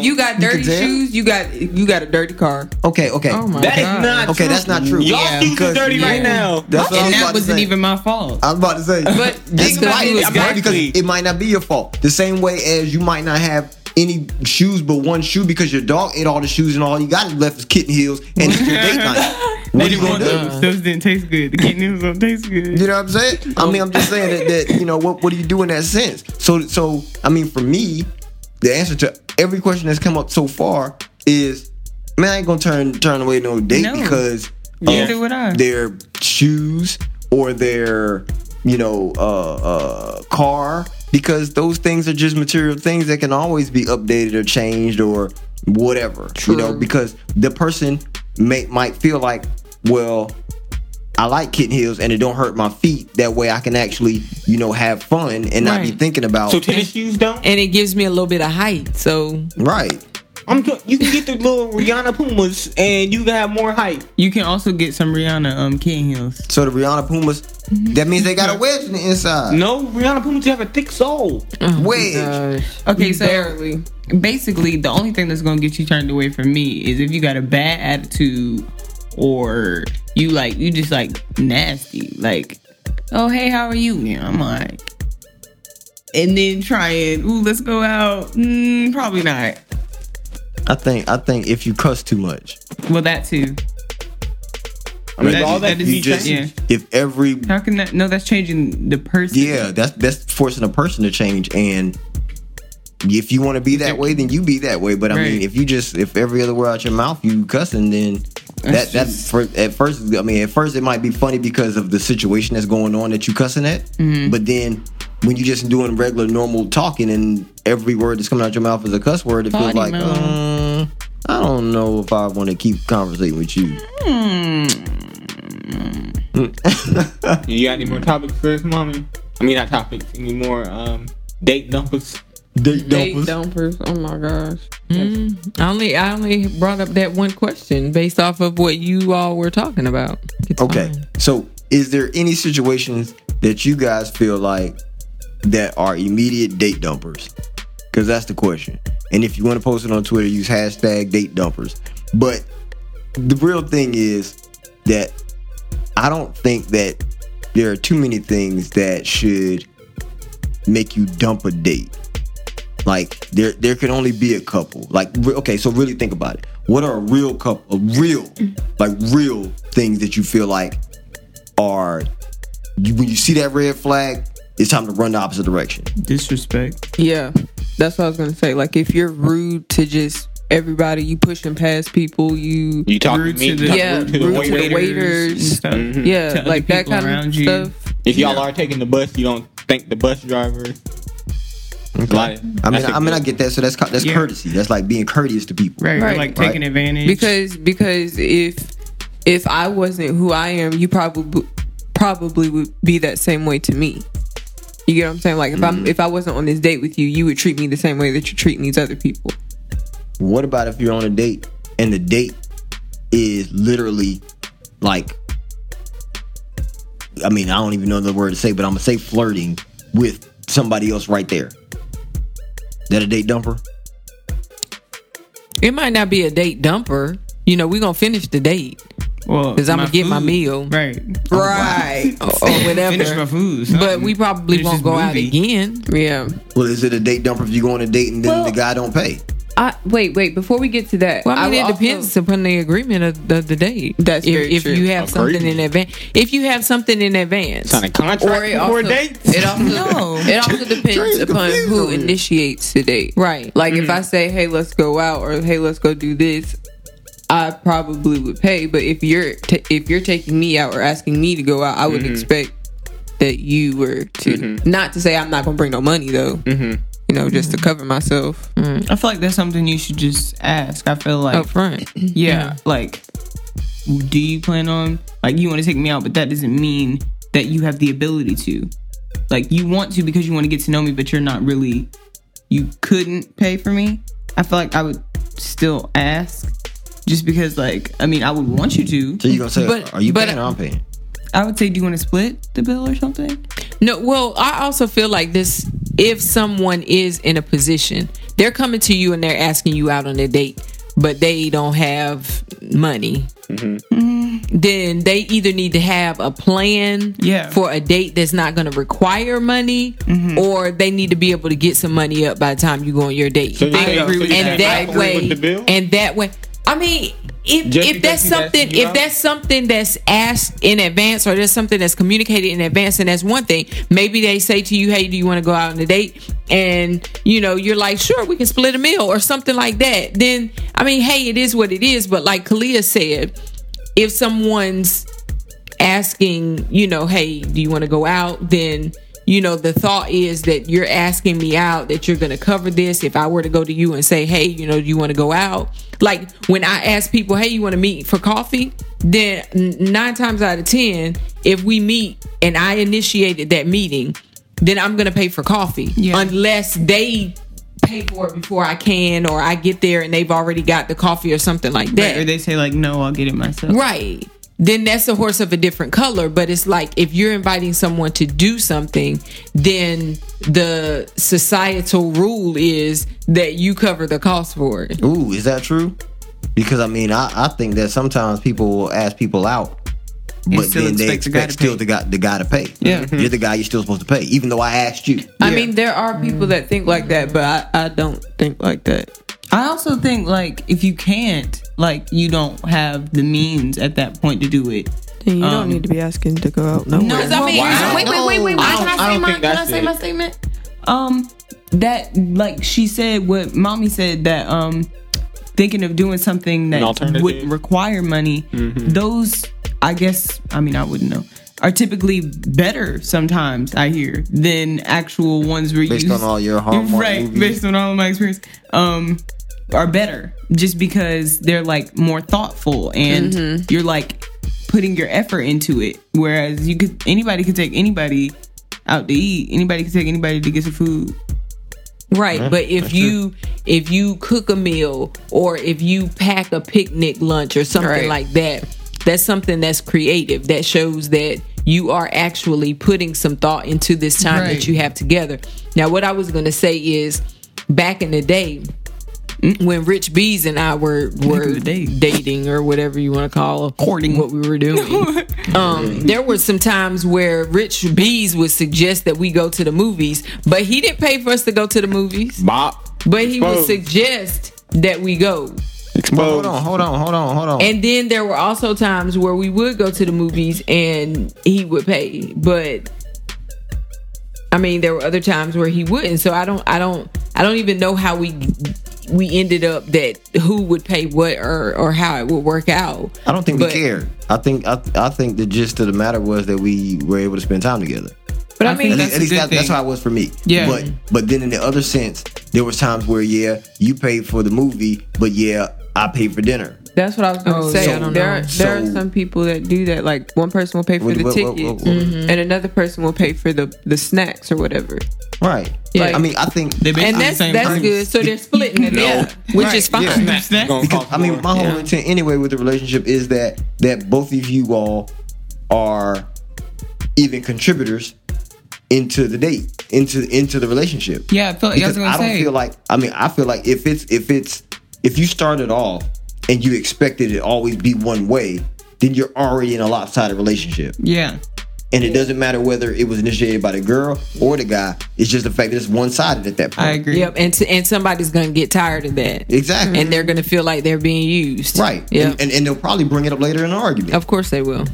[SPEAKER 1] If you got dirty
[SPEAKER 2] tell?
[SPEAKER 1] shoes, you got you got a dirty car.
[SPEAKER 2] Okay, okay,
[SPEAKER 10] Oh
[SPEAKER 6] that is not
[SPEAKER 2] okay. That's not true.
[SPEAKER 6] y'all shoes are
[SPEAKER 2] Because-
[SPEAKER 6] dirty right now.
[SPEAKER 2] That's what I
[SPEAKER 10] and
[SPEAKER 2] was about
[SPEAKER 10] that
[SPEAKER 2] to
[SPEAKER 10] wasn't
[SPEAKER 2] say.
[SPEAKER 10] even my fault.
[SPEAKER 2] I was about to say,
[SPEAKER 1] But
[SPEAKER 2] That's
[SPEAKER 1] think about
[SPEAKER 2] why
[SPEAKER 1] it.
[SPEAKER 2] it's bad because
[SPEAKER 6] Exactly.
[SPEAKER 2] it might not be your fault. The same way as you might not have any shoes but one shoe because your dog ate all the shoes and all you got left is kitten heels and it's your date night. What are you gonna do?
[SPEAKER 10] Those didn't taste good. The kidneys don't taste good.
[SPEAKER 2] You know what I'm saying? I mean, I'm just saying that, that you know what what do you do in that sense? So so I mean, for me, the answer to every question that's come up so far is, man, I ain't gonna turn turn away no date
[SPEAKER 10] No.
[SPEAKER 2] because
[SPEAKER 10] Neither would I.
[SPEAKER 2] of their shoes or their you know uh, uh, car because those things are just material things that can always be updated or changed or whatever. You know because the person may might feel like well I like kitten heels and it don't hurt my feet. That way I can actually, you know, have fun and not be
[SPEAKER 8] Right.
[SPEAKER 2] thinking about
[SPEAKER 6] So tennis shoes don't.
[SPEAKER 8] and it gives me a little bit of height. So
[SPEAKER 2] right.
[SPEAKER 6] I'm. t- You can get the little Rihanna Pumas, and you can have more height.
[SPEAKER 10] You can also get some Rihanna um King Hills.
[SPEAKER 2] So the Rihanna Pumas, that means they got a wedge in the inside.
[SPEAKER 6] No, Rihanna Pumas have a thick sole.
[SPEAKER 2] wedge.
[SPEAKER 10] Okay, so basically the only thing that's gonna get you turned away from me is if you got a bad attitude or you like you just like nasty, like, oh hey, how are you? Yeah, I'm like and then try it. Ooh, let's go out. Mm, probably not.
[SPEAKER 2] I think I think if you cuss too much,
[SPEAKER 10] Well, that too.
[SPEAKER 2] I mean,
[SPEAKER 10] That-
[SPEAKER 2] all that,
[SPEAKER 10] that is
[SPEAKER 2] you just
[SPEAKER 10] yeah.
[SPEAKER 2] if every
[SPEAKER 10] How can that? No, that's changing the person.
[SPEAKER 2] yeah, that's that's forcing a person to change and. If you want to be that way, then you be that way. But I mean,
[SPEAKER 10] Right.
[SPEAKER 2] if you just if every other word out your mouth you cussing, then that
[SPEAKER 10] That's
[SPEAKER 2] that's for, at first. I mean, at first it might be funny because of the situation that's going on that you cussing at.
[SPEAKER 10] Mm-hmm.
[SPEAKER 2] But then when you just doing regular normal talking and every word that's coming out your mouth is a cuss word, it feels
[SPEAKER 10] Body
[SPEAKER 2] like
[SPEAKER 10] mode.
[SPEAKER 2] um, I don't know if I want to keep conversating with you.
[SPEAKER 6] You got any more topics for us, mommy? I mean, not topics. Any more um date numbers?
[SPEAKER 2] Date
[SPEAKER 1] Date dumpers. Oh my gosh.
[SPEAKER 8] I only I only brought up that one question based off of what you all were talking about. It's
[SPEAKER 2] Okay.
[SPEAKER 8] fine.
[SPEAKER 2] So, is there any situations that you guys feel like that are immediate date dumpers? Because that's the question. And if you want to post it on Twitter, use hashtag date dumpers. But the real thing is that I don't think that there are too many things that should make you dump a date. Like there, there can only be a couple. Like re- okay, so really think about it. What are a real couple, a real, like real things that you feel like are you, when you see that red flag, it's time to run the opposite direction.
[SPEAKER 10] Disrespect.
[SPEAKER 1] Yeah, that's what I was gonna say. Like if you're rude to just everybody. You pushing past people. You
[SPEAKER 6] You talking
[SPEAKER 10] Rude
[SPEAKER 6] to me?
[SPEAKER 10] to the-
[SPEAKER 6] you talking
[SPEAKER 1] yeah,
[SPEAKER 6] rude to the
[SPEAKER 1] rude to the
[SPEAKER 6] waiter.
[SPEAKER 1] waiters. Mm-hmm.
[SPEAKER 10] stuff.
[SPEAKER 6] Mhm.
[SPEAKER 1] Yeah,
[SPEAKER 10] To other
[SPEAKER 1] like that
[SPEAKER 10] people
[SPEAKER 1] kind of
[SPEAKER 10] around you.
[SPEAKER 1] stuff.
[SPEAKER 6] If y'all are taking the bus, you don't thank the bus driver. Like,
[SPEAKER 2] I mean,
[SPEAKER 6] that's a
[SPEAKER 2] I mean, I
[SPEAKER 6] good-
[SPEAKER 2] get that. So that's co- that's
[SPEAKER 10] Yeah.
[SPEAKER 2] courtesy. That's like being courteous to people.
[SPEAKER 10] Right,
[SPEAKER 1] Right.
[SPEAKER 10] right. like taking
[SPEAKER 2] Right.
[SPEAKER 10] advantage.
[SPEAKER 1] Because because if if I wasn't who I am, you probably probably would be that same way to me. You get what I'm saying? Like if
[SPEAKER 10] Mm-hmm.
[SPEAKER 1] I'm if I wasn't on this date with you, you would treat me the same way that you treat these other people.
[SPEAKER 2] What about if you're on a date and the date is literally like, I mean, I don't even know the word to say, but I'm gonna say flirting with somebody else right there. That a date dumper?
[SPEAKER 8] It might not be a date dumper. You know, we gonna finish the date
[SPEAKER 10] well,
[SPEAKER 8] because I'm gonna get my
[SPEAKER 10] food.
[SPEAKER 8] meal
[SPEAKER 10] Right.
[SPEAKER 1] Right.
[SPEAKER 8] or, or
[SPEAKER 10] Finish
[SPEAKER 8] whatever.
[SPEAKER 10] my food.
[SPEAKER 8] But we probably
[SPEAKER 10] Finish
[SPEAKER 8] won't
[SPEAKER 10] this
[SPEAKER 8] go out
[SPEAKER 10] movie.
[SPEAKER 8] again.
[SPEAKER 1] Yeah.
[SPEAKER 2] Well, is it a date dumper if you go on a date and then
[SPEAKER 1] Well-
[SPEAKER 2] the guy don't pay?
[SPEAKER 1] I wait, wait, before we get to that.
[SPEAKER 8] Well, I mean,
[SPEAKER 1] will
[SPEAKER 8] it
[SPEAKER 1] also-
[SPEAKER 8] depends upon the agreement of the, the date.
[SPEAKER 1] That's
[SPEAKER 8] if,
[SPEAKER 1] very
[SPEAKER 8] if
[SPEAKER 1] true.
[SPEAKER 8] you have something in advance. If you have something in advance,
[SPEAKER 6] Sign a contract
[SPEAKER 1] Or it
[SPEAKER 6] before
[SPEAKER 1] also,
[SPEAKER 6] a date.
[SPEAKER 1] it also,
[SPEAKER 10] No.
[SPEAKER 1] it also depends upon who initiates the date.
[SPEAKER 8] Right.
[SPEAKER 1] Like if I say, "Hey, let's go out," or "Hey, let's go do this," I probably would pay. But if you're ta if you're taking me out or asking me to go out, I would expect that you were to not to say I'm not gonna bring no money though. You know, just to cover myself.
[SPEAKER 10] I feel like that's something you should just ask. I feel like
[SPEAKER 8] up front.
[SPEAKER 10] yeah, like do you plan on like you want to take me out, but that doesn't mean that you have the ability to. Like you want to because you want to get to know me, but you're not really you couldn't pay for me. I feel like I would still ask just because like I mean I would want you
[SPEAKER 2] So
[SPEAKER 10] to.
[SPEAKER 2] you gonna say,
[SPEAKER 8] But-
[SPEAKER 2] are you
[SPEAKER 8] but-
[SPEAKER 2] paying or I'm paying?
[SPEAKER 10] I would say do you want to split the bill or something?
[SPEAKER 8] No, well, I also feel like this if someone is in a position, they're coming to you and they're asking you out on a date, but they don't have money. Then they either need to have a plan
[SPEAKER 10] Yeah.
[SPEAKER 8] for a date that's not going to require money, or they need to be able to get some money up by the time you go on your date.
[SPEAKER 6] So you think- so you
[SPEAKER 8] and
[SPEAKER 6] think I
[SPEAKER 8] that
[SPEAKER 6] agree
[SPEAKER 8] way,
[SPEAKER 6] with the bill?
[SPEAKER 8] and that way, I mean, if
[SPEAKER 6] Just
[SPEAKER 8] if
[SPEAKER 6] because
[SPEAKER 8] that's
[SPEAKER 6] he's asking
[SPEAKER 8] something,
[SPEAKER 6] you
[SPEAKER 8] if
[SPEAKER 6] out?
[SPEAKER 8] that's that's something that's asked in advance or there's something that's communicated in advance and that's one thing maybe they say to you hey do you want to go out on a date and you know you're like sure we can split a meal or something like that then i mean hey it is what it is but like kalia said if someone's asking you know hey do you want to go out then you know the thought is that you're asking me out that you're going to cover this if i were to go to you and say hey you know do you want to go out like when i ask people hey you want to meet for coffee then n- nine times out of ten if we meet and i initiated that meeting then i'm going to pay for coffee
[SPEAKER 10] Yeah.
[SPEAKER 8] unless they pay for it before i can or i get there and they've already got the coffee or something like that
[SPEAKER 10] Or they say like no, I'll get it myself.
[SPEAKER 8] Right. Then that's a horse of a different color. But it's like if you're inviting someone to do something, then the societal rule is that you cover the cost for it.
[SPEAKER 2] Ooh, is that true? Because I mean, I, I think that sometimes people will ask people out, but
[SPEAKER 10] still
[SPEAKER 2] then they
[SPEAKER 10] expect the guy
[SPEAKER 2] expect
[SPEAKER 10] to
[SPEAKER 2] still
[SPEAKER 10] pay.
[SPEAKER 2] the guy the guy to pay. Yeah, you're the guy you're still supposed to pay, even though I asked you.
[SPEAKER 1] I mean, there are people that think like that, but I, I don't think like that.
[SPEAKER 10] I also think like if you can't, like you don't have the means at that point to do it.
[SPEAKER 1] Then you
[SPEAKER 10] don't need
[SPEAKER 1] to be asking to go out
[SPEAKER 10] No,
[SPEAKER 1] nowhere.
[SPEAKER 10] I mean,
[SPEAKER 6] wait, wait, wait, wait, I don't- can I say I don't my- think can I that's say it. my
[SPEAKER 10] statement? Um, that like she said what mommy said that um, thinking of doing something
[SPEAKER 6] An
[SPEAKER 10] that
[SPEAKER 6] alternative. Mm-hmm.
[SPEAKER 10] would require money. Those, I guess, I mean, I wouldn't know. Are typically better sometimes I hear than actual ones where
[SPEAKER 2] Based
[SPEAKER 10] you
[SPEAKER 2] on all your Hallmark
[SPEAKER 10] right
[SPEAKER 2] movies.
[SPEAKER 10] based on all of my experience um are better just because they're like more thoughtful and
[SPEAKER 8] Mm-hmm.
[SPEAKER 10] you're like putting your effort into it whereas you could anybody could take anybody out to eat anybody could take anybody to get some food
[SPEAKER 8] Right. but if you if you cook a meal or if you pack a picnic lunch or something
[SPEAKER 1] Right.
[SPEAKER 8] like that, that's something that's creative. That shows that you are actually putting some thought into this time
[SPEAKER 10] Right.
[SPEAKER 8] that you have together. Now what I was gonna say is back in the day mm, when Rich Bees and I were were
[SPEAKER 10] the day.
[SPEAKER 8] dating or whatever you want to call
[SPEAKER 10] Courting.
[SPEAKER 8] what we were doing, um, there were some times where Rich Bees would suggest that we go to the movies, but he didn't pay for us to go to the movies.
[SPEAKER 6] Bop.
[SPEAKER 8] But he would
[SPEAKER 6] Exposed.
[SPEAKER 8] suggest that we go.
[SPEAKER 2] hold
[SPEAKER 6] Exposed.
[SPEAKER 2] on, hold on, hold on, hold on.
[SPEAKER 8] And then there were also times where we would go to the movies and he would pay. But I mean, there were other times where he wouldn't. So I don't, I don't, I don't even know how we we ended up that who would pay what or or how it would work out.
[SPEAKER 2] I don't think
[SPEAKER 8] But-
[SPEAKER 2] we cared. I think I, I think the gist of the matter was that we were able to spend time together.
[SPEAKER 8] But I
[SPEAKER 2] At
[SPEAKER 8] mean-
[SPEAKER 2] least-
[SPEAKER 8] That's
[SPEAKER 2] at
[SPEAKER 8] a
[SPEAKER 2] least,
[SPEAKER 8] good
[SPEAKER 2] that- that's
[SPEAKER 8] thing.
[SPEAKER 2] how it was for me.
[SPEAKER 8] Yeah.
[SPEAKER 2] But but then in the other sense, there was times where yeah, you paid for the movie, but yeah, I paid for dinner.
[SPEAKER 1] That's what I was going to
[SPEAKER 2] Oh,
[SPEAKER 1] say.
[SPEAKER 2] so- I don't
[SPEAKER 1] there,
[SPEAKER 2] know.
[SPEAKER 1] there are
[SPEAKER 2] So-
[SPEAKER 1] some people that do that. Like one person will pay for
[SPEAKER 2] What-
[SPEAKER 1] the
[SPEAKER 2] what- what-
[SPEAKER 1] ticket,
[SPEAKER 2] what- what-
[SPEAKER 1] and another person will pay for the the snacks or whatever.
[SPEAKER 2] Right.
[SPEAKER 1] Yeah.
[SPEAKER 2] I mean, I think
[SPEAKER 1] They basically
[SPEAKER 8] And that's that's good. So they're splitting it
[SPEAKER 2] No.
[SPEAKER 8] up, which is fine.
[SPEAKER 2] Because, I mean, my whole intent anyway with the relationship is that that both of you all are even contributors into the date, into into the relationship.
[SPEAKER 10] Yeah, I feel- yeah, I
[SPEAKER 2] because
[SPEAKER 10] was gonna
[SPEAKER 2] I don't
[SPEAKER 10] say.
[SPEAKER 2] feel like I mean I feel like if it's if it's if you started off and you expected it to always be one way, then you're already in a lopsided relationship.
[SPEAKER 10] Yeah.
[SPEAKER 2] And it doesn't matter whether it was initiated by the girl or the guy. It's just the fact that it's one sided at that point. I
[SPEAKER 10] agree.
[SPEAKER 8] Yep, and and somebody's gonna get tired of that.
[SPEAKER 2] Exactly.
[SPEAKER 8] and they're gonna feel like they're being used.
[SPEAKER 2] Right.
[SPEAKER 8] Yeah.
[SPEAKER 2] And, and and they'll probably bring it up later in an argument.
[SPEAKER 8] Of course they will.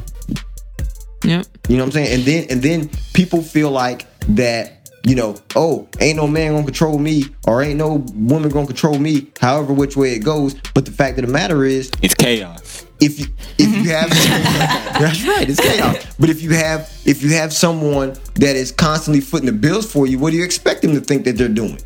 [SPEAKER 8] Yep.
[SPEAKER 2] You know what I'm saying? And then and then people feel like that, you know, oh, ain't no man gonna control me or ain't no woman gonna control me, however which way it goes. But the fact of the matter is
[SPEAKER 6] It's chaos.
[SPEAKER 2] If you if you have That's right, it's chaos. But if you have if you have someone that is constantly footing the bills for you, what do you expect them to think that they're doing?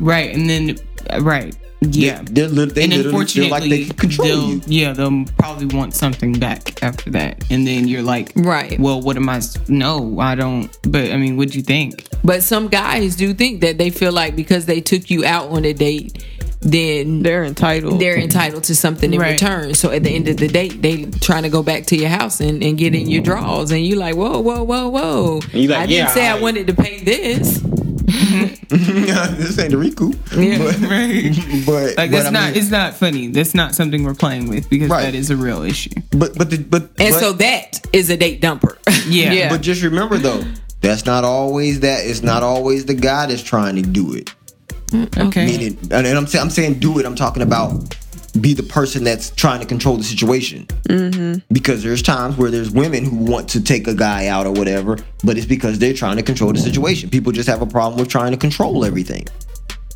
[SPEAKER 10] Right, and then uh, right, yeah.
[SPEAKER 2] They're, they they
[SPEAKER 10] and
[SPEAKER 2] literally feel like they can control
[SPEAKER 10] they'll-
[SPEAKER 2] you.
[SPEAKER 10] Yeah, they'll probably want something back after that, and then you're like, right. Well, what am I? s- No, I don't. But I mean, what'd you think?
[SPEAKER 8] But some guys do think that they feel like because they took you out on a date, then they're entitled. They're entitled to something in
[SPEAKER 10] Right.
[SPEAKER 8] return. So at the end of the date, they trying to go back to your house and, and get in your
[SPEAKER 2] Mm-hmm.
[SPEAKER 8] drawers, and you like, whoa, whoa, whoa, whoa.
[SPEAKER 6] And you like,
[SPEAKER 8] I
[SPEAKER 6] yeah,
[SPEAKER 8] didn't say I
[SPEAKER 6] I-
[SPEAKER 8] wanted to pay this.
[SPEAKER 2] this ain't a recoup.
[SPEAKER 8] Yeah.
[SPEAKER 2] But, but
[SPEAKER 10] Like
[SPEAKER 2] but
[SPEAKER 10] that's
[SPEAKER 2] I
[SPEAKER 10] not.
[SPEAKER 2] mean-
[SPEAKER 10] it's not funny. That's not something we're playing with because that is a real issue.
[SPEAKER 2] But but the, but
[SPEAKER 8] And so that is a date dumper.
[SPEAKER 10] Yeah.
[SPEAKER 2] But just remember though, that's not always that. It's not always the guy that's trying to do it.
[SPEAKER 10] Okay.
[SPEAKER 2] Meaning, and and I'm saying I'm saying do it. I'm talking about be the person that's trying to control the situation.
[SPEAKER 1] Mm-hmm.
[SPEAKER 2] Because there's times where there's women who want to take a guy out or whatever, but it's because they're trying to control the situation. People just have a problem with trying to control everything.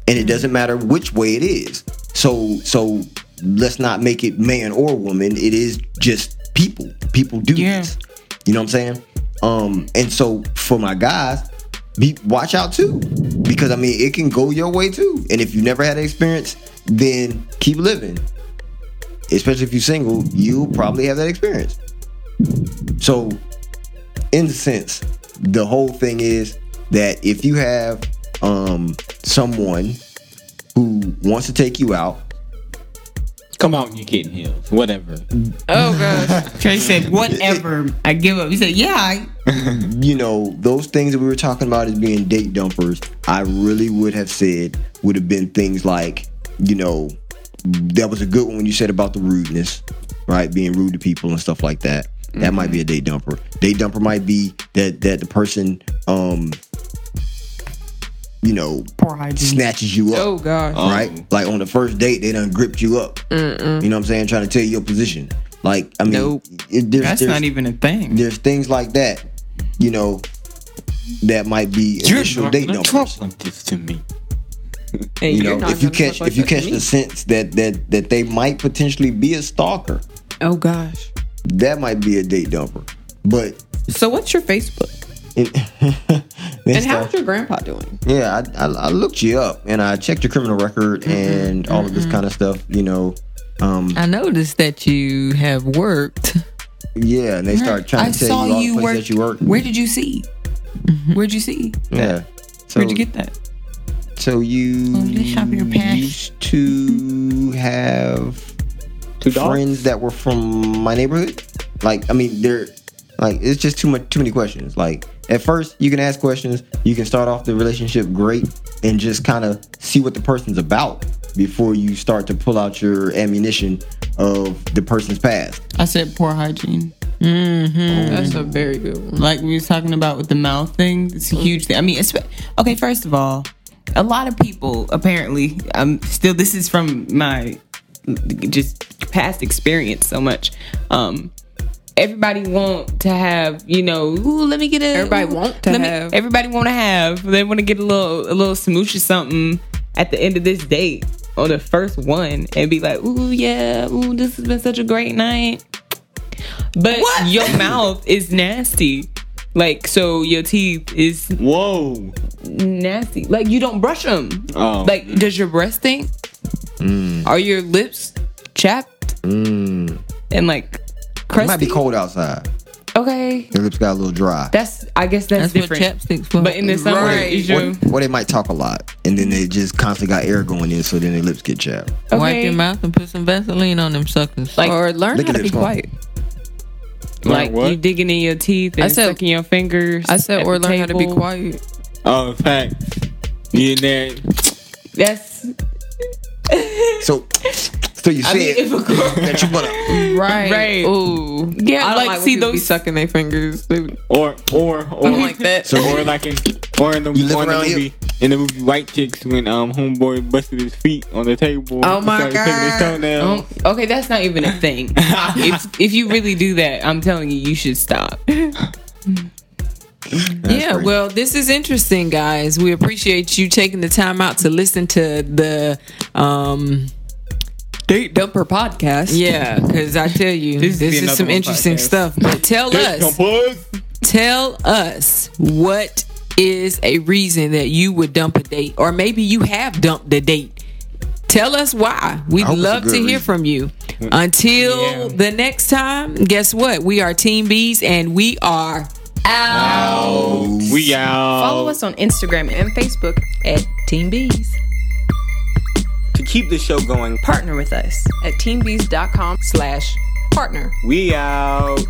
[SPEAKER 2] And it doesn't matter which way it is. So so let's not make it man or woman. It is just people. People do this. You know what I'm saying? Um and so for my guys, be watch out too. Because I mean it can go your way too. And if you never had an experience, then keep living especially if you're single, you probably have that experience. So, in a sense, the whole thing is that if you have um, someone who wants to take you out,
[SPEAKER 6] Come out and you're getting heels. Whatever.
[SPEAKER 10] Oh gosh. Trey said, "Whatever, I give up." He said, "Yeah." I,
[SPEAKER 2] you know, those things that we were talking about as being date dumpers, I really would have said would have been things like, you know, that was a good one when you said about the rudeness, right? Being rude to people and stuff like that. That might be a date dumper. Date dumper might be that that the person um you know snatches you up.
[SPEAKER 1] Oh, gosh.
[SPEAKER 10] Um,
[SPEAKER 2] Right? Like on the first date they done gripped you up.
[SPEAKER 1] Mm-mm.
[SPEAKER 2] You know what I'm saying? Trying to tell you your position. Like, I mean, it- there's,
[SPEAKER 10] That's
[SPEAKER 2] there's-
[SPEAKER 10] not even a thing.
[SPEAKER 2] There's things like that, you know, that might be initial date
[SPEAKER 6] gonna
[SPEAKER 2] numbers.
[SPEAKER 6] Like this to me.
[SPEAKER 1] And
[SPEAKER 2] you
[SPEAKER 1] you're
[SPEAKER 2] know,
[SPEAKER 1] not
[SPEAKER 2] if you
[SPEAKER 1] gonna
[SPEAKER 2] catch
[SPEAKER 1] talk like
[SPEAKER 2] if you
[SPEAKER 1] that to
[SPEAKER 2] catch
[SPEAKER 1] me.
[SPEAKER 2] the sense that that that they might potentially be a stalker,
[SPEAKER 1] Oh gosh.
[SPEAKER 2] that might be a date dumper. But
[SPEAKER 1] So what's your Facebook?
[SPEAKER 2] it,
[SPEAKER 1] and how's your grandpa doing?
[SPEAKER 2] Yeah, I, I, I looked you up and I checked your criminal record
[SPEAKER 1] Mm-hmm.
[SPEAKER 2] and all of this kind of stuff. You know, um,
[SPEAKER 8] I noticed that you have worked.
[SPEAKER 2] yeah, and they start trying
[SPEAKER 8] I
[SPEAKER 2] to tell
[SPEAKER 8] saw
[SPEAKER 2] you all
[SPEAKER 8] you
[SPEAKER 2] the
[SPEAKER 8] work-
[SPEAKER 2] places that you work.
[SPEAKER 10] Where did you see?
[SPEAKER 8] Mm-hmm.
[SPEAKER 10] Where'd you see?
[SPEAKER 2] Yeah.
[SPEAKER 10] Where'd you get that?
[SPEAKER 2] So you used to have friends that were from my neighborhood. Like, I mean, they're like it's just too much, too many questions. Like, at first, you can ask questions. You can start off the relationship great and just kind of see what the person's about before you start to pull out your ammunition of the person's past.
[SPEAKER 10] I said poor hygiene. Mm-hmm.
[SPEAKER 1] That's a very good one.
[SPEAKER 10] Like we was talking about with the mouth thing, it's a huge thing. I mean, it's, okay. First of all, a lot of people apparently. I'm still. This is from my just past experience so much. Um, everybody want to have you know. Ooh, let me get a.
[SPEAKER 1] Everybody
[SPEAKER 10] ooh,
[SPEAKER 1] want to
[SPEAKER 10] let me-
[SPEAKER 1] have.
[SPEAKER 10] everybody want to have. They want to get a little a little smooch or something at the end of this date on the first one and be like, ooh, yeah, ooh, this has been such a great night. But
[SPEAKER 8] What?
[SPEAKER 10] your mouth is nasty. Like, so your teeth is
[SPEAKER 6] Whoa.
[SPEAKER 10] nasty. Like, you don't brush them.
[SPEAKER 6] Oh.
[SPEAKER 10] Like, does your breath stink? Are your lips chapped? And like,
[SPEAKER 2] It might be
[SPEAKER 10] crusty?
[SPEAKER 2] cold outside.
[SPEAKER 10] Okay.
[SPEAKER 2] Their lips got a little dry.
[SPEAKER 10] That's, I guess that's,
[SPEAKER 1] That's what
[SPEAKER 10] different.
[SPEAKER 1] chapstick's for.
[SPEAKER 10] But in the summer, is
[SPEAKER 2] Or,
[SPEAKER 10] your,
[SPEAKER 2] or they might talk a lot, and then they just constantly got air going in, so then their lips get chapped.
[SPEAKER 1] Wipe
[SPEAKER 10] okay,
[SPEAKER 1] your mouth and put some Vaseline on them suckers.
[SPEAKER 10] Like-
[SPEAKER 1] or learn
[SPEAKER 2] Look
[SPEAKER 1] how
[SPEAKER 2] at
[SPEAKER 1] to
[SPEAKER 2] this
[SPEAKER 1] be
[SPEAKER 2] phone.
[SPEAKER 1] quiet.
[SPEAKER 10] like
[SPEAKER 6] what?
[SPEAKER 10] you digging in your teeth and
[SPEAKER 1] I said-
[SPEAKER 10] sucking your fingers.
[SPEAKER 1] I said,
[SPEAKER 10] at
[SPEAKER 1] or
[SPEAKER 10] the
[SPEAKER 1] learn how to be
[SPEAKER 10] table.
[SPEAKER 1] quiet.
[SPEAKER 6] Oh, fact. You in there?
[SPEAKER 10] That's
[SPEAKER 2] So, so you said that you wanna.
[SPEAKER 1] Right.
[SPEAKER 10] Right.
[SPEAKER 1] Ooh.
[SPEAKER 10] Yeah,
[SPEAKER 1] I don't
[SPEAKER 10] like,
[SPEAKER 1] like
[SPEAKER 10] see
[SPEAKER 1] see those be
[SPEAKER 10] those-
[SPEAKER 1] sucking their fingers. They-
[SPEAKER 6] Or or or
[SPEAKER 1] don't like that.
[SPEAKER 2] So-
[SPEAKER 6] or like in or in the,
[SPEAKER 2] You live
[SPEAKER 6] or in the
[SPEAKER 2] around here?
[SPEAKER 6] movie in the movie White Chicks when um homeboy busted his feet on the table.
[SPEAKER 10] Oh my
[SPEAKER 6] and started picking his
[SPEAKER 10] God.
[SPEAKER 6] toenail.
[SPEAKER 10] Um, okay, that's not even a thing. if if you really do that, I'm telling you, you should stop.
[SPEAKER 8] yeah, well, this is interesting, guys. We appreciate you taking the time out to listen to the um
[SPEAKER 1] Date Dumper podcast.
[SPEAKER 8] yeah, cuz I tell you
[SPEAKER 10] This
[SPEAKER 8] this,
[SPEAKER 10] is the
[SPEAKER 8] is
[SPEAKER 10] another
[SPEAKER 8] some
[SPEAKER 10] one
[SPEAKER 8] interesting
[SPEAKER 10] podcast.
[SPEAKER 8] stuff. But tell us tell us what is a reason that you would dump a date or maybe you have dumped a date tell us why we'd
[SPEAKER 2] hope it's a
[SPEAKER 8] love to
[SPEAKER 2] good
[SPEAKER 8] hear
[SPEAKER 2] reason.
[SPEAKER 8] from you until
[SPEAKER 6] Yeah.
[SPEAKER 8] the next time guess what we are team bees and we are
[SPEAKER 6] We out.
[SPEAKER 4] Follow us on Instagram and Facebook
[SPEAKER 8] at team bees
[SPEAKER 5] To keep the show going,
[SPEAKER 4] Partner with us.
[SPEAKER 1] At teambees.com slash partner.
[SPEAKER 5] we out.